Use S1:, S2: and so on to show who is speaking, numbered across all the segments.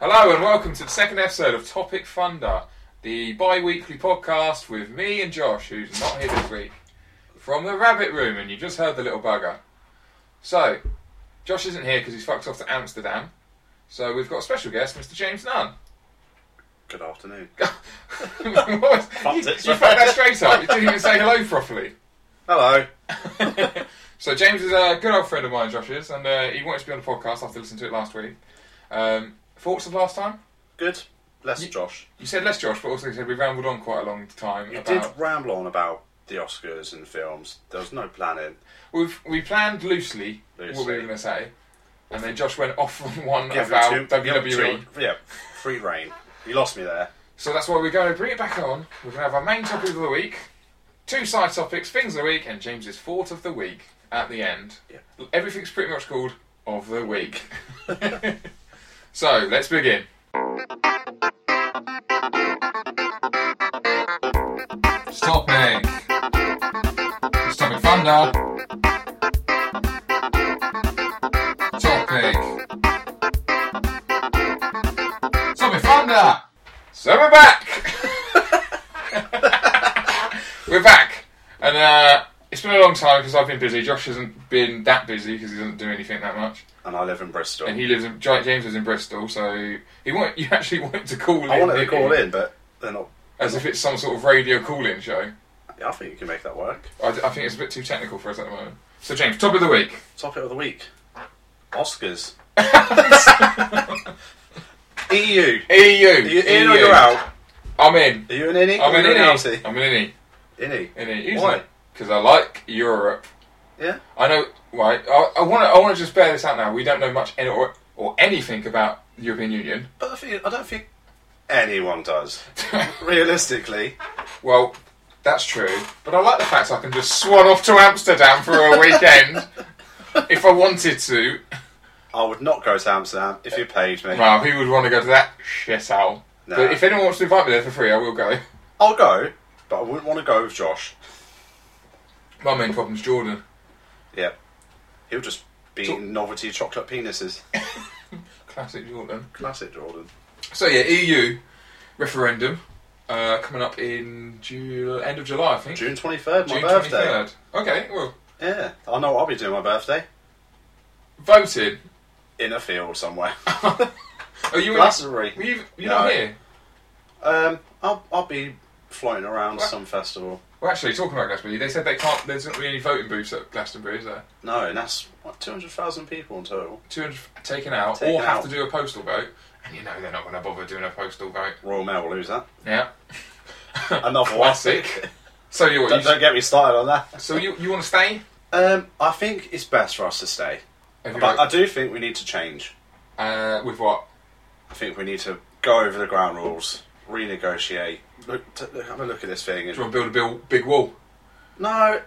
S1: Hello and welcome to the second episode of Topic Thunder, the bi weekly podcast with me and Josh, who's not here this week, from the rabbit room, and you just heard the little bugger. So, Josh isn't here because he's fucked off to Amsterdam, so we've got a special guest, Mr. James Nunn.
S2: Good afternoon.
S1: What was- you,
S3: it,
S1: you
S3: sorry.
S1: fucked that straight up, you didn't even say hello properly.
S2: Hello.
S1: so James is a good old friend of mine, Josh is, and uh, he wanted to be on the podcast after listening to it last week. Um, thoughts of last time?
S2: Good. Less
S1: You-
S2: Josh.
S1: You said less, Josh, but also you said we rambled on quite a long time.
S2: You
S1: about,
S2: did ramble on about the Oscars and films. There was no planning.
S1: We've we planned loosely, what we
S2: Loosely.
S1: were going to say, and then Josh went off on one
S2: Give
S1: about E.
S2: it to- give it
S1: WWE.
S2: free- Yeah, free reign. You lost me there.
S1: So that's why we're going to bring it back on. We're going to have our main topic of the week, two side topics, things of the week, and James's thought of the week at the end.
S2: Yeah.
S1: Everything's pretty much called of the week. so let's begin. Topic. It's topic thunder. Topic. Topic thunder. So we're back. we're back, and uh, it's been a long time because I've been busy. Josh hasn't been that busy because he doesn't do anything that much,
S2: And I live in Bristol.
S1: and he lives in Gi- James lives in Bristol, so he want, you actually wanted to call.
S2: I
S1: in,
S2: wanted to
S1: didn't
S2: call
S1: you?
S2: in, but they're not.
S1: as if it's some sort of radio call-in show.
S2: I think you can make that work.
S1: I, d- I think it's a bit too technical for us at the moment. So James, top of the week.
S2: Topic of the week Oscars. EU.
S1: EU.
S2: Are you in or you're out?
S1: I'm in.
S2: Are you an innie?
S1: E I'm
S2: You're
S1: an
S2: an
S1: innie.
S2: outie?
S1: I'm E an innie.
S2: Innie.
S1: Innie.
S2: Why?
S1: E Because I like Europe.
S2: Yeah.
S1: I know, right? I want to. I want to just bear this out now. We don't know much any, or, or anything about the European Union.
S2: But I, think, I don't think anyone does. Realistically,
S1: well, that's true. But I like the fact I can just swan off to Amsterdam for a weekend if I wanted to.
S2: I would not go to Amsterdam if you paid me.
S1: Well, who would want to go to that shithole?
S2: No.
S1: But if anyone wants to invite me there for free, I will go.
S2: I'll go, but I wouldn't want to go with Josh.
S1: My main problem's Jordan.
S2: Yeah. He'll just be
S1: So-
S2: eating novelty chocolate penises.
S1: Classic Jordan.
S2: Classic Jordan.
S1: So yeah, EU referendum uh, coming up in Ju- end of July, I think.
S2: June 23rd, my
S1: June
S2: birthday.
S1: 23rd. Okay, well,
S2: Yeah. I know what I'll be doing my birthday.
S1: voting.
S2: In a field somewhere.
S1: Are you in-
S2: Glastonbury.
S1: Were you, you
S2: No.
S1: not here?
S2: Um, I'll, I'll be floating around
S1: What?
S2: some festival.
S1: Well, actually, talking about Glastonbury, they said they can't. There's not really any voting booths at Glastonbury, is there?
S2: No, and that's, what, 200,000 people in total.
S1: Two hundred taken out,
S2: Taken
S1: or have
S2: out.
S1: to do a postal vote, and you know they're not going to bother doing a postal vote.
S2: Royal Mail will lose that.
S1: Yeah,
S2: Another one.
S1: classic. so you,
S2: Don't,
S1: you
S2: don't get me started on that.
S1: so you you want to stay?
S2: Um, I think it's best for us to stay.
S1: Have you
S2: But I
S1: got-
S2: do think we need to change.
S1: uh, with what?
S2: I think we need to go over the ground rules, renegotiate. Look, t- look- have a look at this
S1: Do
S2: thing.
S1: you
S2: And,
S1: want to build a bill, big wall?
S2: no,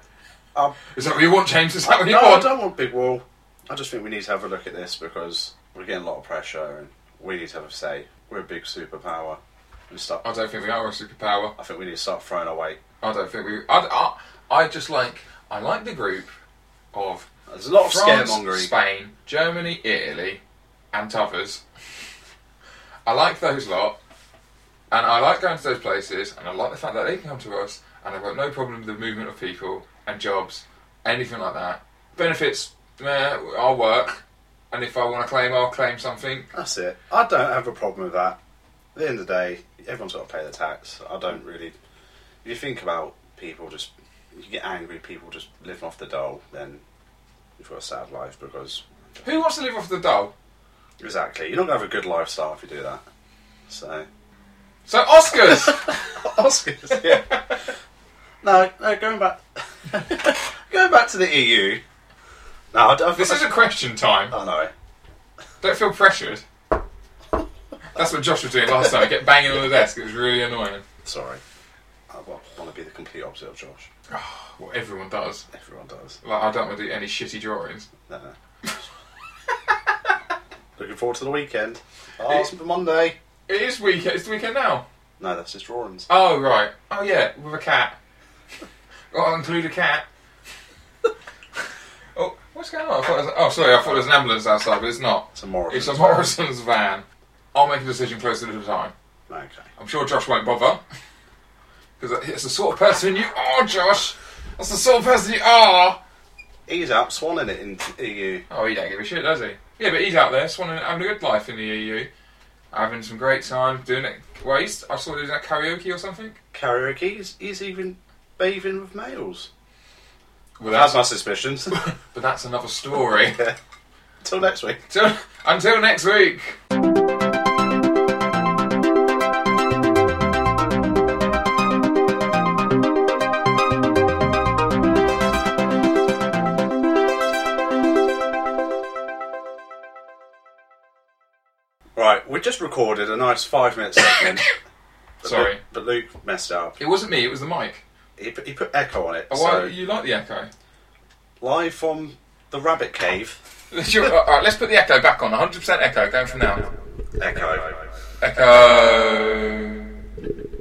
S2: I,
S1: Is that what you want, James? Is that what you
S2: no, I
S1: want?
S2: don't want big wall. I just think we need to have a look at this because we're getting a lot of pressure, and we need to have a say. We're a big superpower, and start.
S1: I don't think we are a superpower.
S2: I think we need to start throwing our weight.
S1: I don't think we. I, I, I just like I like the group of
S2: There's a lot of
S1: France,
S2: scaremongering.
S1: Spain, Germany, Italy, and others. I like those lot, and I like going to those places, and I like the fact that they can come to us, and I've got no problem with the movement of people and jobs, anything like that. Benefits, eh, I'll work, and if I want to claim, I'll claim something.
S2: That's it. I don't have a problem with that. At the end of the day, everyone's got to pay the tax. I don't really. If you think about people just. You get angry, people just living off the dole, then you've got a sad life because.
S1: Who wants to live off the dole?
S2: Exactly. You're not going to have a good lifestyle if you do that. So.
S1: So Oscars.
S2: Oscars, yeah. no, no, going back. going back to the EU. No, I don't. oh,
S1: this isn't question time.
S2: I know.
S1: Don't feel pressured. That's what Josh was doing last time. I kept banging on the desk. It was really annoying.
S2: Sorry. I want to be the complete opposite of Josh.
S1: What everyone does.
S2: Everyone does.
S1: Like, I don't want to do any shitty drawings.
S2: No. Looking forward to the weekend. Oh, it's Monday.
S1: It is weekend. It's the weekend now.
S2: No, that's just drawings.
S1: Oh right. Oh yeah, with a cat. Got to include a cat. oh, what's going on? I thought it was, oh, sorry. I thought there was an ambulance outside, but it's not.
S2: It's a Morrison.
S1: It's a Morrison's van. I'll make a decision closer to the time.
S2: Okay.
S1: I'm sure Josh won't bother. Because it's the sort of person you are, Josh. That's the sort of person you are.
S2: He's out swanning it in EU.
S1: Oh, he don't give a shit, does he? Yeah, but he's out there swanning, having a good life in the EU, having some great time, doing it. Well, he's, I saw him doing that karaoke or something.
S2: Karaoke, he's, he's even bathing with males.
S1: Well,
S2: That's
S1: that's,
S2: my suspicions.
S1: but that's another story.
S2: Till next week.
S1: Till, until next week.
S2: Right, we just recorded a nice five minute segment. But
S1: Sorry.
S2: Luke- but Luke messed up.
S1: It wasn't me, it was the mic.
S2: He put, he put echo on it.
S1: Oh,
S2: so
S1: why, you like the echo?
S2: live from the rabbit cave.
S1: Sure, all right, let's put the echo back on. 100% echo, going from now.
S2: Echo.
S1: Echo.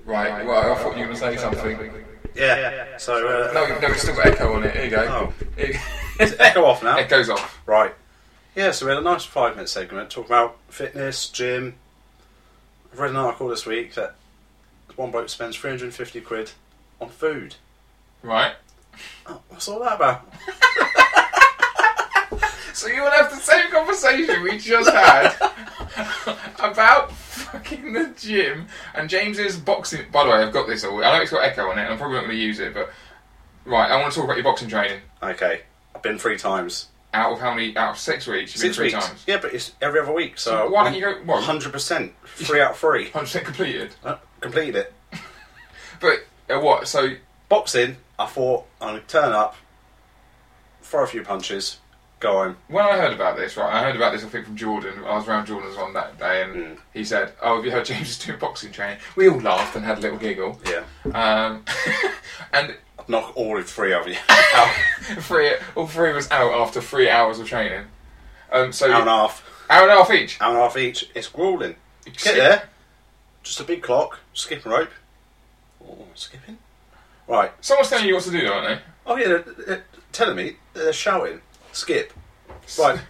S1: Right, well, I thought you were going to say something.
S2: Yeah. So uh,
S1: No, no, it's still got echo on it. Here you go.
S2: Oh.
S1: It-
S2: echo off now.
S1: Echoes off.
S2: Right. Yeah. So we had a nice five minute segment talking about fitness, gym. I've read an article this week that one bloke spends three hundred and fifty quid on food.
S1: Right.
S2: Oh, what's all that about?
S1: So you will have the same conversation we just had about fucking the gym and James's boxing. By the way, I've got this all. I know it's got echo on it, and I'm probably not going to use it, but right. I want to talk about your boxing training.
S2: Okay, I've been three times.
S1: Out of how many? Out of six weeks? You've been
S2: Six
S1: three
S2: weeks.
S1: times.
S2: Yeah, but it's every other week. So,
S1: So why don't you go- well-
S2: Hundred percent. Three out of three.
S1: Hundred percent completed.
S2: Uh, completed it.
S1: But uh, what? So
S2: Boxing. I thought I'd turn up, throw a few punches, go home.
S1: when I heard about this, right, I heard about this, I think, from Jordan. I was around Jordan's on that day, and
S2: Mm.
S1: he said, Oh, have you heard James is doing boxing training? We all laughed and had a little giggle.
S2: Yeah.
S1: Um, and
S2: I'd knock all three of you out,
S1: three, all three of us out after three hours of training. Um, so,
S2: hour and a half.
S1: hour and a half each.
S2: hour and a half each. It's grueling.
S1: Skip-
S2: Get there, just a big clock, skipping rope. Oh, skipping. Right.
S1: Someone's telling you what to do, aren't
S2: Oh yeah, they're, they're telling me they're shouting. Skip. Right.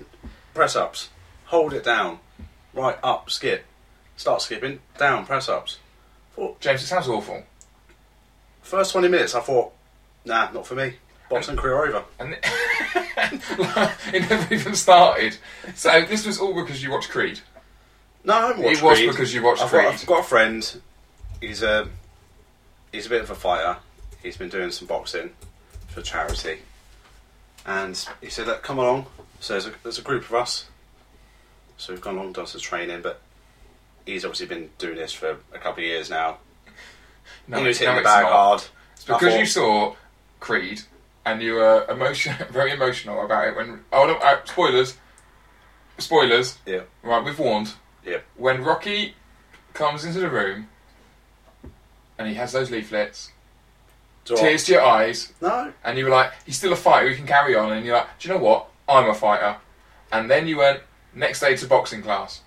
S2: press ups. Hold it down. Right up. Skip. Start skipping. Down. Press ups.
S1: they? James, it sounds awful.
S2: First twenty minutes, I thought, nah, not for me. Boxing career over.
S1: And it never even started. So, this was all because you watched Creed.
S2: No, I haven't watched
S1: It was
S2: Creed.
S1: because you watched
S2: I've got,
S1: Creed.
S2: I've got a friend. He's a he's a bit of a fighter. He's been doing some boxing for charity, and he said, "Look, come along." So there's a, there's a group of us. So we've gone along, done some training, but he's obviously been doing this for a couple of years now.
S1: No,
S2: he was
S1: no,
S2: hitting the
S1: it's
S2: bag
S1: not.
S2: hard.
S1: It's
S2: I
S1: because
S2: thought,
S1: you saw Creed and you were emotion, very emotional about it. When oh no, uh, spoilers, spoilers.
S2: yeah,
S1: Right, we've warned.
S2: yeah,
S1: When Rocky comes into the room and he has those leaflets,
S2: Do I-
S1: tears to your eyes,
S2: No,
S1: and you were like, "He's still a fighter. We can carry on." And you're like, "Do you know what? I'm a fighter." And then you went next day to boxing class.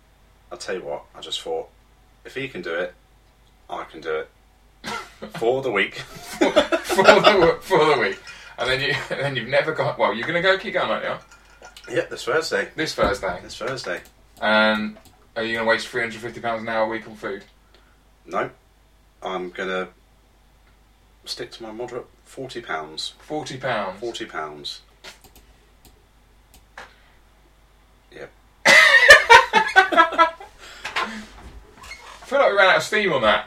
S2: I'll tell you what. I just thought, if he can do it, I can do it for the week.
S1: for the for the week. And then you and then you've never got well. You're gonna go keep going, aren't you?
S2: Yep, this Thursday.
S1: This Thursday.
S2: This Thursday.
S1: And are you going to waste three hundred fifty pounds an hour a week on food?
S2: No, I'm gonna stick to my moderate forty pounds.
S1: Forty pounds.
S2: Forty pounds. Yep.
S1: I feel like we ran out of steam on that.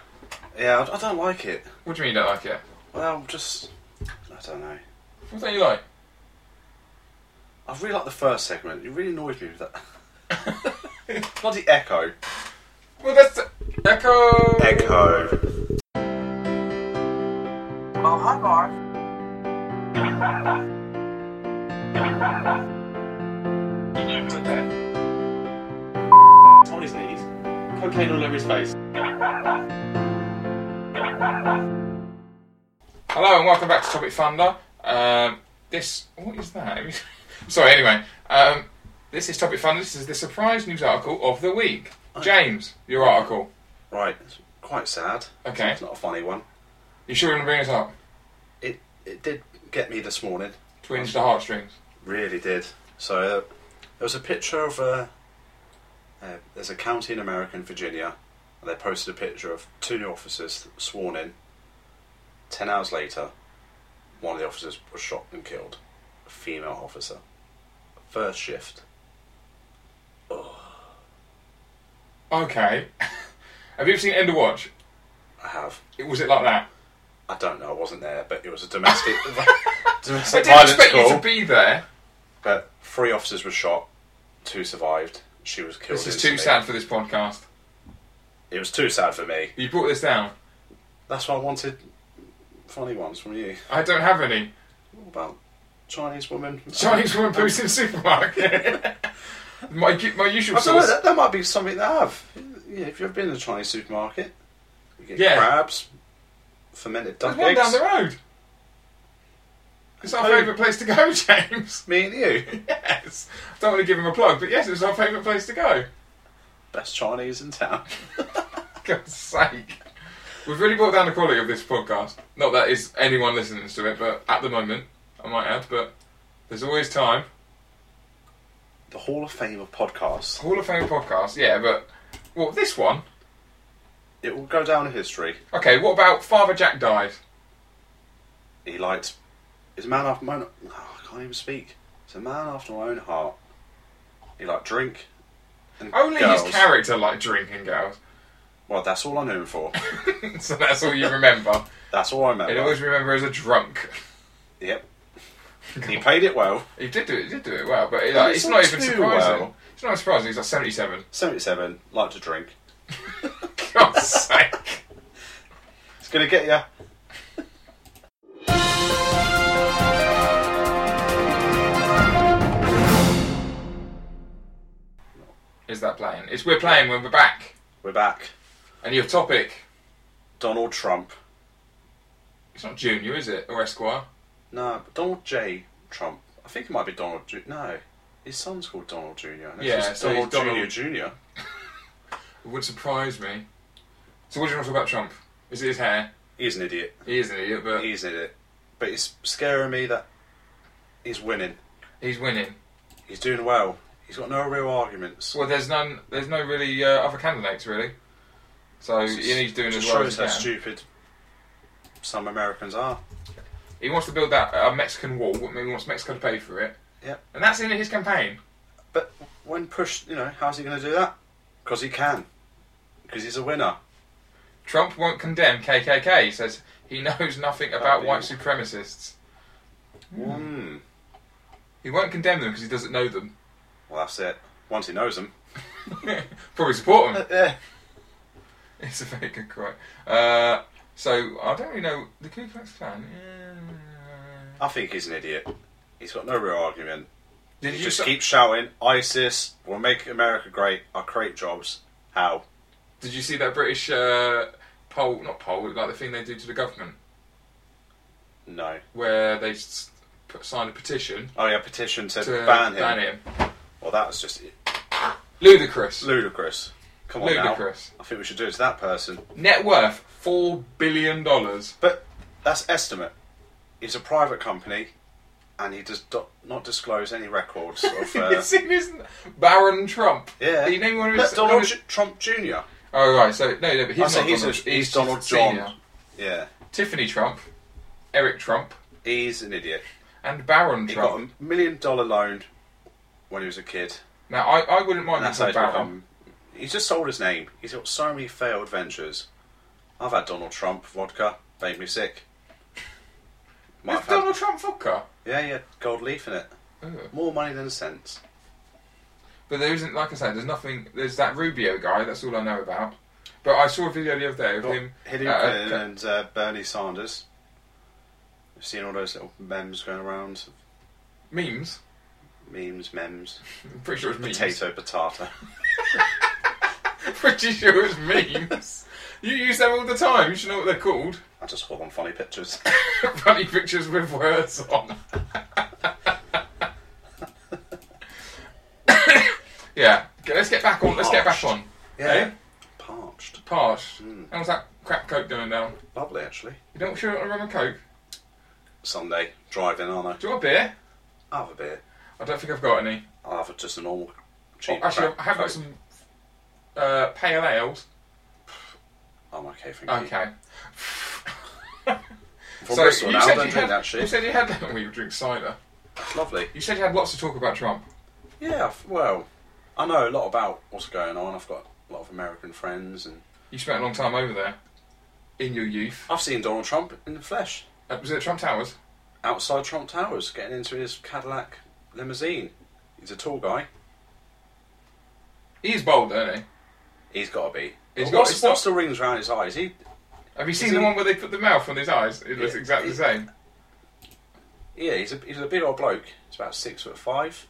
S2: Yeah, I, I don't like it.
S1: What do you mean you don't like it?
S2: Well, just I don't know.
S1: What don't you like?
S2: I really like the first segment. You really annoyed me with that. Bloody echo.
S1: Well, that's echo.
S2: Echo.
S3: Oh, hi, Mark.
S4: on his knees, cocaine all over his face.
S1: Hello and welcome back to Topic Thunder. Um, this what is that? Sorry. Anyway, um, this is Topic Thunder. This is the surprise news article of the week.
S2: Oh.
S1: James, your article.
S2: Right. It's quite sad.
S1: Okay.
S2: It's not a funny one.
S1: You sure you want to bring it up?
S2: It it did get me this morning.
S1: Twinge the heartstrings.
S2: Really did. So uh, there was a picture of a Uh, there's a county in America, in Virginia, and they posted a picture of two officers sworn in. Ten hours later, one of the officers was shot and killed. A female officer. First shift.
S1: Okay. Have you ever seen End of Watch?
S2: I have.
S1: It- Was it like that?
S2: I don't know. I wasn't there, but it was a domestic
S1: I
S2: domestic
S1: didn't
S2: violence
S1: expect you
S2: call.
S1: to be there.
S2: But three officers were shot. Two survived. She was killed.
S1: This is too
S2: instantly.
S1: sad for this podcast.
S2: It was too sad for me.
S1: You brought this down.
S2: That's why I wanted funny ones from you.
S1: I don't have any.
S2: What about Chinese woman?
S1: Chinese woman poos in supermarket. my, u- my usual
S2: I don't know,
S1: source.
S2: that, that might be something to have. Yeah, if you've been in a Chinese supermarket, you get
S1: Yeah.
S2: crabs, fermented duck
S1: There's one down
S2: eggs.
S1: the road. It's our
S2: Oh.
S1: favourite place to go, James.
S2: Me and you.
S1: Yes. I don't want to give him a plug, but yes, it was our favourite place to go.
S2: Best Chinese in town.
S1: God's sake. We've really brought down the quality of this podcast. Not that is anyone listening to it, but at the moment, I might add, but there's always time.
S2: The Hall of Fame of podcasts.
S1: Hall of Fame podcast, yeah, but well, this one.
S2: It will go down in history.
S1: Okay, what about Father Jack died?
S2: He liked. He's a man after my own. Oh, I can't even speak. He's a man after my own heart. He liked drink. And
S1: Only
S2: girls.
S1: his character liked drinking girls,
S2: Well, that's all I knew him for.
S1: so that's all you remember.
S2: That's all I
S1: And
S2: remember.
S1: you always remember as a drunk.
S2: Yep. He played it well.
S1: He did do it. He did do it well, but like,
S2: But
S1: it's,
S2: it's
S1: not
S2: not
S1: even
S2: too
S1: surprising.
S2: well.
S1: It's not surprising. He's like seventy-seven.
S2: 77, liked to drink.
S1: God's sake.
S2: It's going to get you.
S1: Is that playing? It's we're playing when we're back.
S2: We're back.
S1: And your topic?
S2: Donald Trump.
S1: It's not junior, is it? Or Esquire?
S2: No, but Donald J. Trump. I think it might be Donald. Ju- no, his son's called Donald Junior. and it's
S1: Yeah,
S2: just
S1: so he's
S2: Donald Junior
S1: Donald-
S2: Junior.
S1: It would surprise me. So what do you want to talk about Trump? Is it his hair?
S2: He's an idiot.
S1: He is an idiot, but
S2: He's an idiot. But it's scaring me that he's winning.
S1: he's winning.
S2: He's doing well. He's got no real arguments.
S1: Well, there's none. There's no really uh, other candidates really. So
S2: It's
S1: he needs doing
S2: just
S1: as well as
S2: shows
S1: he
S2: how
S1: can.
S2: stupid some Americans are.
S1: He wants to build that uh, Mexican wall. I mean, he wants Mexico to pay for it.
S2: Yep.
S1: And that's in his campaign.
S2: But when pushed, you know, how's he going to do that? Because he can. Because he's a winner.
S1: Trump won't condemn KKK. He says he knows nothing about
S2: That'd be-
S1: white supremacists. Hmm.
S2: Mm.
S1: He won't condemn them because he doesn't know them.
S2: Well, that's it. Once he knows them.
S1: Probably support them.
S2: yeah.
S1: It's a very good quote. Uh, so I don't really know the Ku Klux Klan. eh,
S2: I think he's an idiot. He's got no real argument.
S1: Did
S2: He
S1: you
S2: just
S1: so-
S2: keep shouting, ISIS will make America great, I'll create jobs. How?
S1: Did you see that British uh, poll? Not poll, like the thing they do to the government,
S2: No.
S1: where they s- put, signed a petition
S2: Oh, yeah, petition to,
S1: to
S2: ban, him.
S1: ban him.
S2: Well, that was just
S1: Ludicrous.
S2: ludicrous. Come on
S1: Ludicrous.
S2: now. I think we should do it to that person.
S1: Net worth four billion dollars.
S2: But that's estimate. He's a private company, and he does do- not disclose any records of... Uh,
S1: You've seen his Baron Trump.
S2: yeah.
S1: You know one of
S2: That's
S1: his-
S2: Donald
S1: one of-
S2: Ju- Trump Jr.
S1: Oh right, so no, no, but he's
S2: I
S1: not
S2: say he's,
S1: Donald.
S2: a, he's Donald John.
S1: senior.
S2: Yeah.
S1: Tiffany Trump, Eric Trump,
S2: He's an idiot.
S1: and Baron
S2: He
S1: Trump.
S2: got a million dollar loan when he was a kid.
S1: Now I, I wouldn't mind
S2: And
S1: being
S2: that's how
S1: called
S2: he's
S1: Baron.
S2: become. He's just sold his name. He's got so many failed ventures. I've had Donald Trump vodka, made me sick. Might
S1: With
S2: have had-
S1: Donald Oh. Trump vodka.
S2: yeah, yeah, gold leaf in it.
S1: Ugh.
S2: More money than cents.
S1: But there isn't, like I said, there's nothing. There's that Rubio guy. That's all I know about. But I saw a video the other day
S2: Oh,
S1: of him.
S2: Hillary
S1: at a-
S2: Clinton and uh, Bernie Sanders. I've seen all those little memes going around.
S1: memes.
S2: Memes, memes.
S1: I'm pretty sure it's memes.
S2: Potato, potato.
S1: pretty sure it's memes. you use them all the time. You should know what they're called.
S2: I just call them funny pictures.
S1: Funny pictures with words on. yeah. Okay, let's get back on. Let's get back on. Eh?
S2: Parched.
S1: Parched.
S2: Mm.
S1: How's that crap coke going down?
S2: Lovely, actually.
S1: You don't sure you want a rum and coke?
S2: Sunday, driving, aren't
S1: Do you want a beer?
S2: I? I'll have a beer.
S1: I don't think I've got any.
S2: I'll have just a normal cheap
S1: Oh, actually,
S2: crack
S1: I have got
S2: Coke.
S1: some uh, pale ales.
S2: Oh, I'm okay, thank you.
S1: Okay.
S2: From Bristol now,
S1: said
S2: don't drink
S1: had,
S2: that
S1: You
S2: shit.
S1: said you had. We drink cider.
S2: Lovely.
S1: You said you had lots to talk about Trump.
S2: Yeah, f- well, I know a lot about what's going on. I've got a lot of American friends, and
S1: You spent a long time over there in your youth.
S2: I've seen Donald Trump in the flesh
S1: Uh, was it Trump Towers?
S2: outside Trump Towers, getting into his Cadillac limousine. He's a tall guy.
S1: He is bold, isn't he?
S2: He's got to be.
S1: He's
S2: He's
S1: got-
S2: what's,
S1: it's
S2: what's the rings around his eyes? He
S1: Have you seen
S2: he-
S1: the one where they put the mouth on his eyes? It looks
S2: Yeah.
S1: exactly the same.
S2: yeah, he's a he's a big old bloke. He's about six foot five.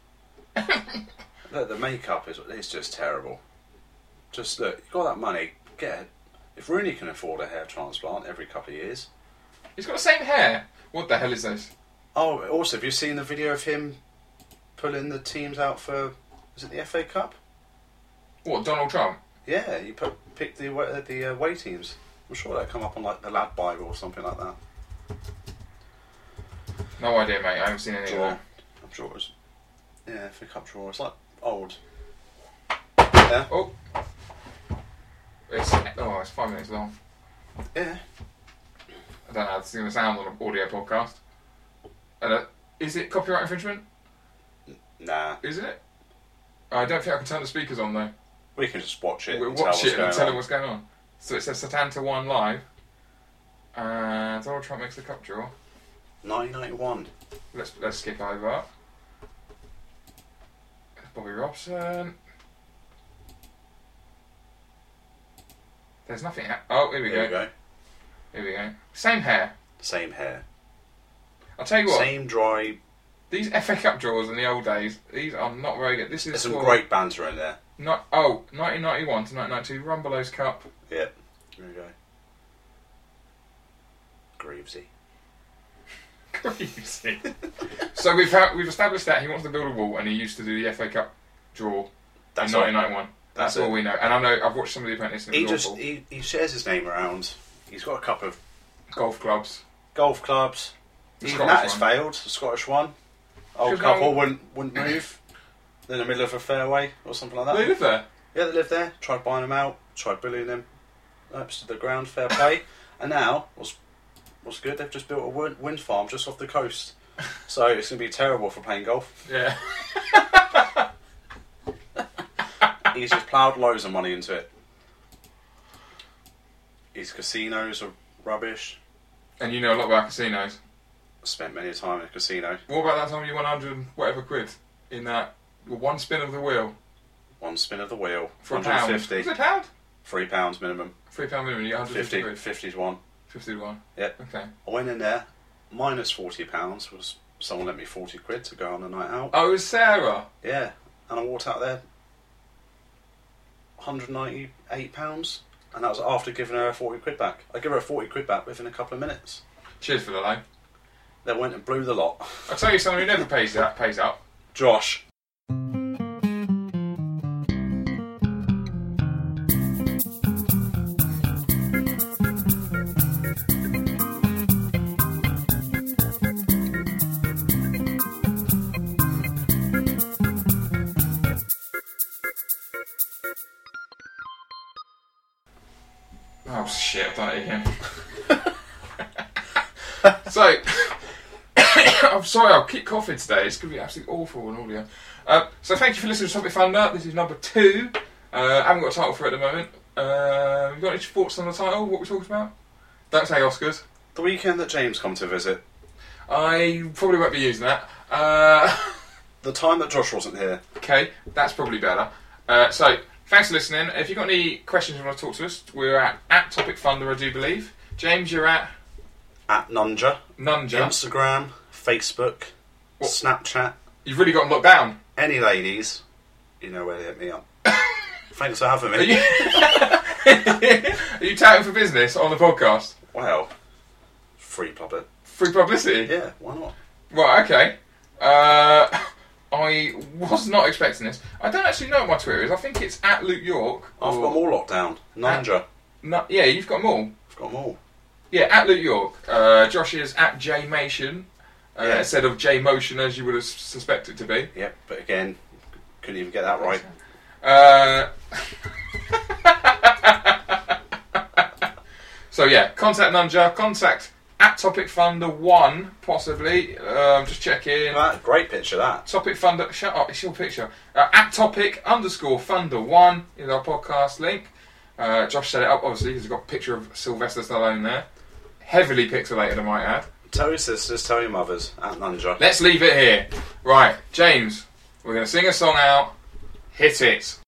S2: look, the makeup is it's just terrible. Just look, you got that money, get. it. If Rooney can afford a hair transplant every couple of years,
S1: He's got the same hair. What the hell is this?
S2: Oh, also, have you seen the video of him pulling the teams out for? Was it the FA Cup?
S1: What Donald Trump?
S2: Yeah, he put picked the wa- uh, the uh, away teams. I'm sure that come up on like the Lad Bible or something like that.
S1: No idea, mate. I haven't seen any of
S2: Draw.
S1: that.
S2: I'm sure it was. Yeah, FA Cup draw. It's like old. Yeah,
S1: Oh, it's oh, it's five minutes long.
S2: yeah.
S1: I don't know how this is going to sound on an audio podcast. And, uh, is it copyright infringement?
S2: Nah,
S1: Is it? I don't think I can turn the speakers on though.
S2: we can just watch it.
S1: We'll
S2: and tell
S1: watch
S2: what's
S1: it and
S2: going
S1: tell
S2: on.
S1: them what's going on. So it says Satanta One live. Uh, Donald Trump makes the cup draw.
S2: 1991.
S1: Let's let's skip over. Bobby Robson. There's nothing. ha- Oh, here we
S2: There we
S1: go.
S2: go.
S1: Here we go. Same hair.
S2: Same hair.
S1: I'll tell you what.
S2: Same dry.
S1: These FA Cup draws in the old days. These are not very good. This
S2: There's
S1: is
S2: some
S1: for
S2: great banter in there.
S1: Ni- oh, 1991 to 1992 Rumbelows Cup.
S2: Yep. There we go. Greavesy.
S1: Crazy. so we've had, we've established that he wants to build a wall, and he used to do the FA Cup draw in
S2: all.
S1: 1991. That's,
S2: That's
S1: all
S2: it.
S1: we know. And I know I've watched some of the apprentice. And it
S2: He
S1: was
S2: just
S1: awful.
S2: he, he shares his name around. He's got a couple of
S1: golf clubs.
S2: golf clubs.
S1: The
S2: Even
S1: Scottish
S2: that has
S1: one.
S2: failed. The Scottish one. Old
S1: Should go-
S2: couple wouldn't wouldn't move. They're in the middle of a fairway or something like that.
S1: They live there.
S2: Yeah, they lived there. Tried buying them out. Tried bullying them. Up to the ground. Fair play. and now what's what's good? They've just built a wind, wind farm just off the coast. So it's going to be terrible for playing golf.
S1: Yeah.
S2: He's just ploughed loads of money into it. His casinos are rubbish.
S1: And you know a lot about casinos.
S2: Spent many a time in a casino.
S1: What about that time you won 100 and whatever quid in that one spin of the wheel
S2: One spin of the wheel,
S1: for a pound? Was
S2: 150,
S1: it a pound?
S2: three pounds minimum,
S1: Three pound minimum. You
S2: 50,
S1: 150 quid.
S2: 50 to one.
S1: 50 to one.
S2: Yep.
S1: Okay.
S2: I went in there, minus 40 pounds, was someone lent me 40 quid to go on a night out.
S1: Oh, it was Sarah.
S2: Yeah, and I walked out there, 198 pounds, and that was after giving her 40 quid back. I give her 40 quid back within a couple of minutes.
S1: Cheers for the loan.
S2: They went and blew the lot.
S1: I'll tell you someone who never pays that pays up.
S2: Josh.
S1: Oh shit, I've done it again. so, I'm sorry, I'll keep coughing today. It's going to be absolutely awful on audio. Uh, so, thank you for listening to Topic Thunder. This is number two. Uh, I haven't got a title for it at the moment. Uh, you got any thoughts on the title? What we're talking about? Don't say Oscars.
S2: The weekend that James come to visit,
S1: I probably won't be using that. Uh,
S2: the time that Josh wasn't here,
S1: okay, that's probably better. Uh, so, thanks for listening. If you've got any questions you want to talk to us, we're at, at Topic Thunder, I do believe. James, you're at
S2: at Nunja,
S1: Nunja.
S2: Instagram, Facebook,
S1: What?
S2: Snapchat,
S1: You've really got them locked down.
S2: any ladies, you know where to hit me up. Thanks for having
S1: Are
S2: me.
S1: you, are you touting for business on the podcast?
S2: Well, free public.
S1: Free publicity?
S2: Yeah, why not?
S1: Right, okay. Uh, I was not expecting this. I don't actually know what my Twitter is. I think it's at Luke York.
S2: I've got them all locked down. Nanja.
S1: No, yeah, you've got them all.
S2: I've got them all.
S1: Yeah, at Luke York. Uh, Josh is at JMation uh,
S2: Yeah.
S1: instead of JMotion as you would have suspected to be.
S2: Yep, but again, couldn't even get that right.
S1: Uh, so yeah, contact Nunja, contact at Topic Funder One, possibly. Um, just check in.
S5: That great picture. That
S1: Topic Funder, shut up, it's your picture. Uh, at Topic underscore Funder One is our podcast link. Uh, Josh set it up, obviously, because he's got a picture of Sylvester Stallone there. Heavily pixelated, I might add.
S5: tell your sisters, tell your mothers at Nunja.
S1: Let's leave it here. Right, James, we're going to sing a song out. Hit it.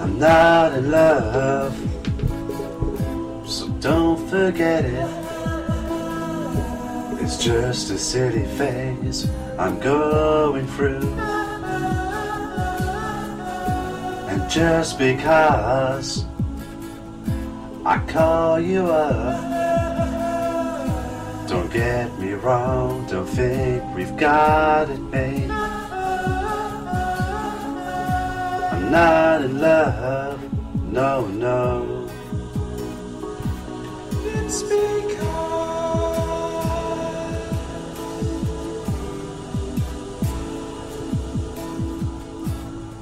S2: I'm not in love, so don't forget it. It's just a silly phase I'm going through. And just because I call you up, don't get me wrong, don't think we've got it made. I'm not in love, no, no. It's because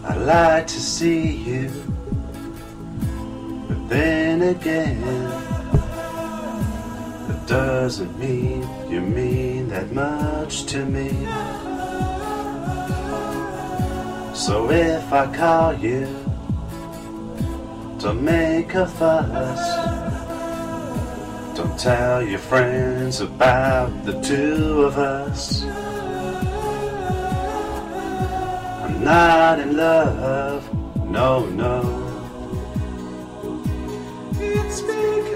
S2: I like to see you, but then again, that doesn't mean you mean that much to me. So if I call you to make a fuss, don't tell your friends about the two of us. I'm not in love, no, no. It's because.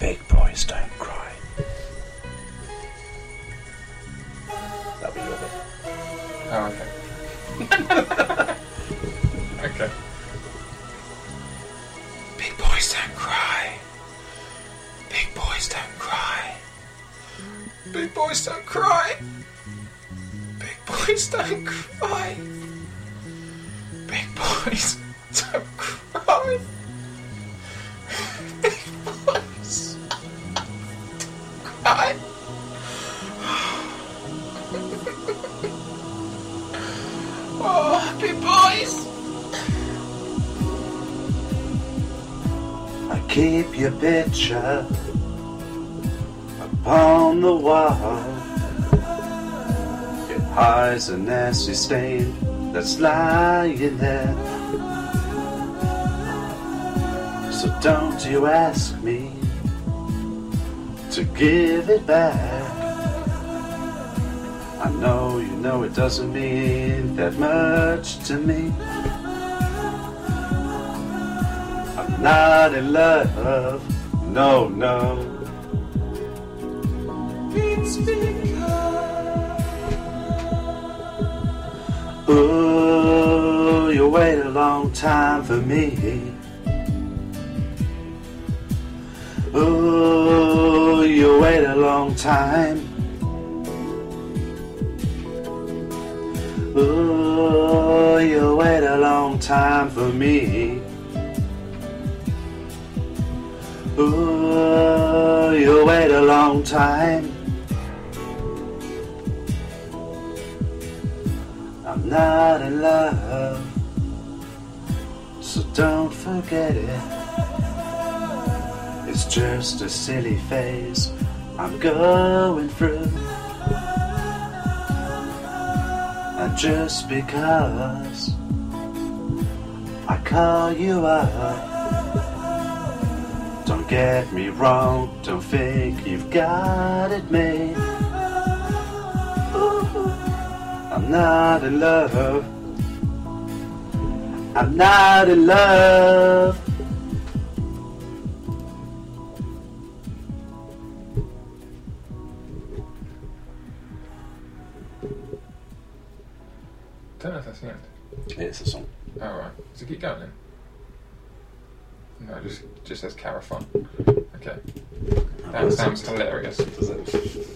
S2: Big boys don't cry.
S5: That'll be your bit.
S1: Oh, okay. okay.
S2: Big boys don't cry. Big boys don't cry.
S1: Big boys don't cry.
S2: Big boys don't cry. Big boys don't cry. Big boys don't cry. Oh, big boys. I keep your picture upon the wall. Your eyes a nasty stain that's lying there. So don't you ask me to give it back. I know you know it doesn't mean that much to me. I'm not in love. No, no. It's because Ooh, you wait a long time for me. Ooh, you wait a long time. Ooh, you wait a long time for me. Ooh, you wait a long time. I'm not in love, so don't forget it. It's just a silly phase I'm going through. And just because I call you up, don't get me wrong, don't think you've got it made. I'm not in love. I'm not in love.
S1: don't know if that's the end.
S2: It's a song.
S1: All right. So keep going then. No, just just says Cara Fun. Okay. That sounds hilarious.
S2: Does it?